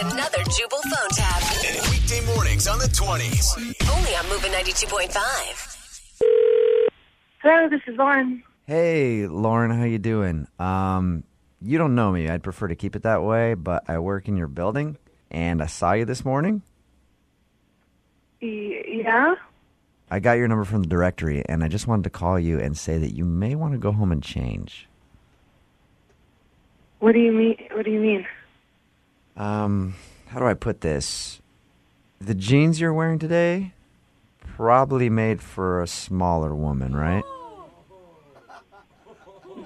another Jubal phone tab. Weekday mornings on the 20s. Only on Moving 92.5. Hello, this is Lauren. Hey, Lauren, how you doing? Um, you don't know me. I'd prefer to keep it that way, but I work in your building, and I saw you this morning. Y- yeah? I got your number from the directory, and I just wanted to call you and say that you may want to go home and change. What do you mean? What do you mean? Um, how do I put this? The jeans you're wearing today probably made for a smaller woman, right?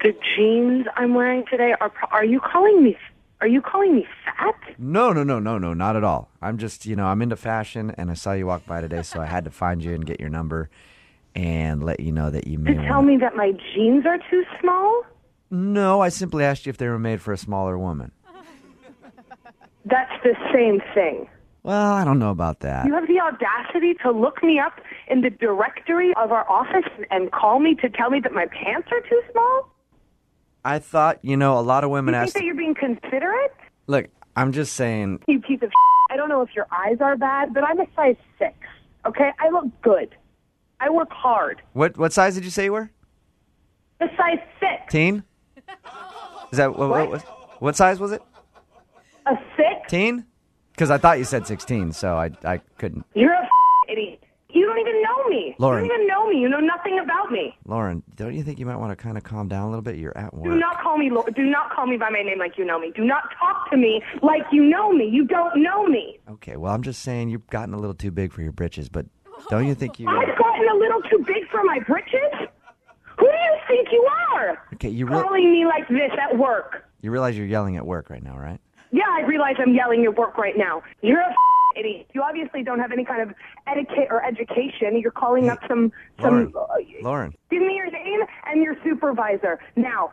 The jeans I'm wearing today are. Pro- are you calling me? Are you calling me fat? No, no, no, no, no, not at all. I'm just, you know, I'm into fashion, and I saw you walk by today, so I had to find you and get your number, and let you know that you may. To tell wanna- me that my jeans are too small? No, I simply asked you if they were made for a smaller woman. That's the same thing. Well, I don't know about that. You have the audacity to look me up in the directory of our office and call me to tell me that my pants are too small? I thought, you know, a lot of women You think ask. that you're being considerate? Look, I'm just saying. You piece of I don't know if your eyes are bad, but I'm a size six. Okay, I look good. I work hard. What what size did you say you were? A size six. Teen. Is that what? What, What? what, what size was it? A six? Teen. Because I thought you said 16, so I I couldn't. You're a f- idiot. You don't even know me. Lauren. You don't even know me. You know nothing about me. Lauren, don't you think you might want to kind of calm down a little bit? You're at Do work. not call me. Lo- Do not call me by my name like you know me. Do not talk to me like you know me. You don't know me. Okay. Well, I'm just saying you've gotten a little too big for your britches, but don't you think you? I've gotten a little too big for my britches. Who do you think you are? Okay. You re- Calling me like this at work. you realize you're yelling at work right now, right? Yeah, I realize I'm yelling at work right now. You're a f- idiot. You obviously don't have any kind of etiquette or education. You're calling up some Lauren. some. uh, Lauren. Give me your name and your supervisor now.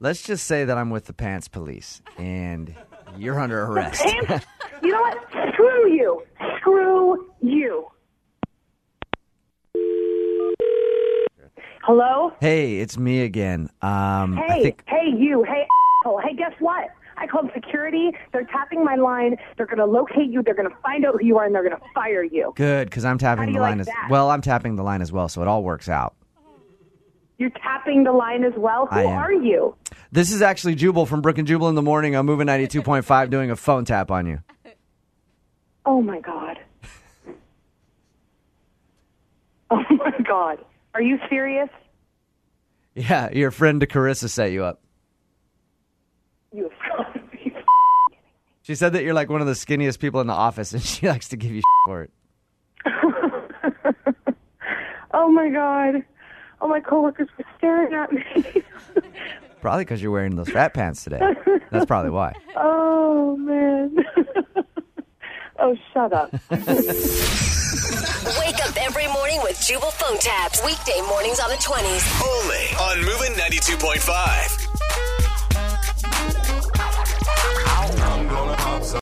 Let's just say that I'm with the pants police and you're under arrest. Pants, you know what? Screw you. Screw you. Hello? Hey, it's me again. Um, I Hey, think hey, you. Hey, asshole. Hey, guess what? I called security. They're tapping my line. They're going to locate you. They're going to find out who you are and they're going to fire you. good because I'm How do tapping the you like line as that? well. I'm tapping the line as well, so it all works out. You're tapping the line as well. I Who am. are you? This is actually Jubal from Brook and Jubal in the morning. I'm moving 92.5, doing a phone tap on you. Oh my god. Oh my god. Are you serious? Yeah, your friend Carissa set you up. You have got to be f- She said that you're like one of the skinniest people in the office, and she likes to give you for it. Oh my god. All my coworkers were staring at me. Probably because you're wearing those fat pants today. That's probably why. oh man. oh shut up. Wake up every morning with Jubal phone tabs. Weekday mornings on the 20s. Only on Moving 92.5.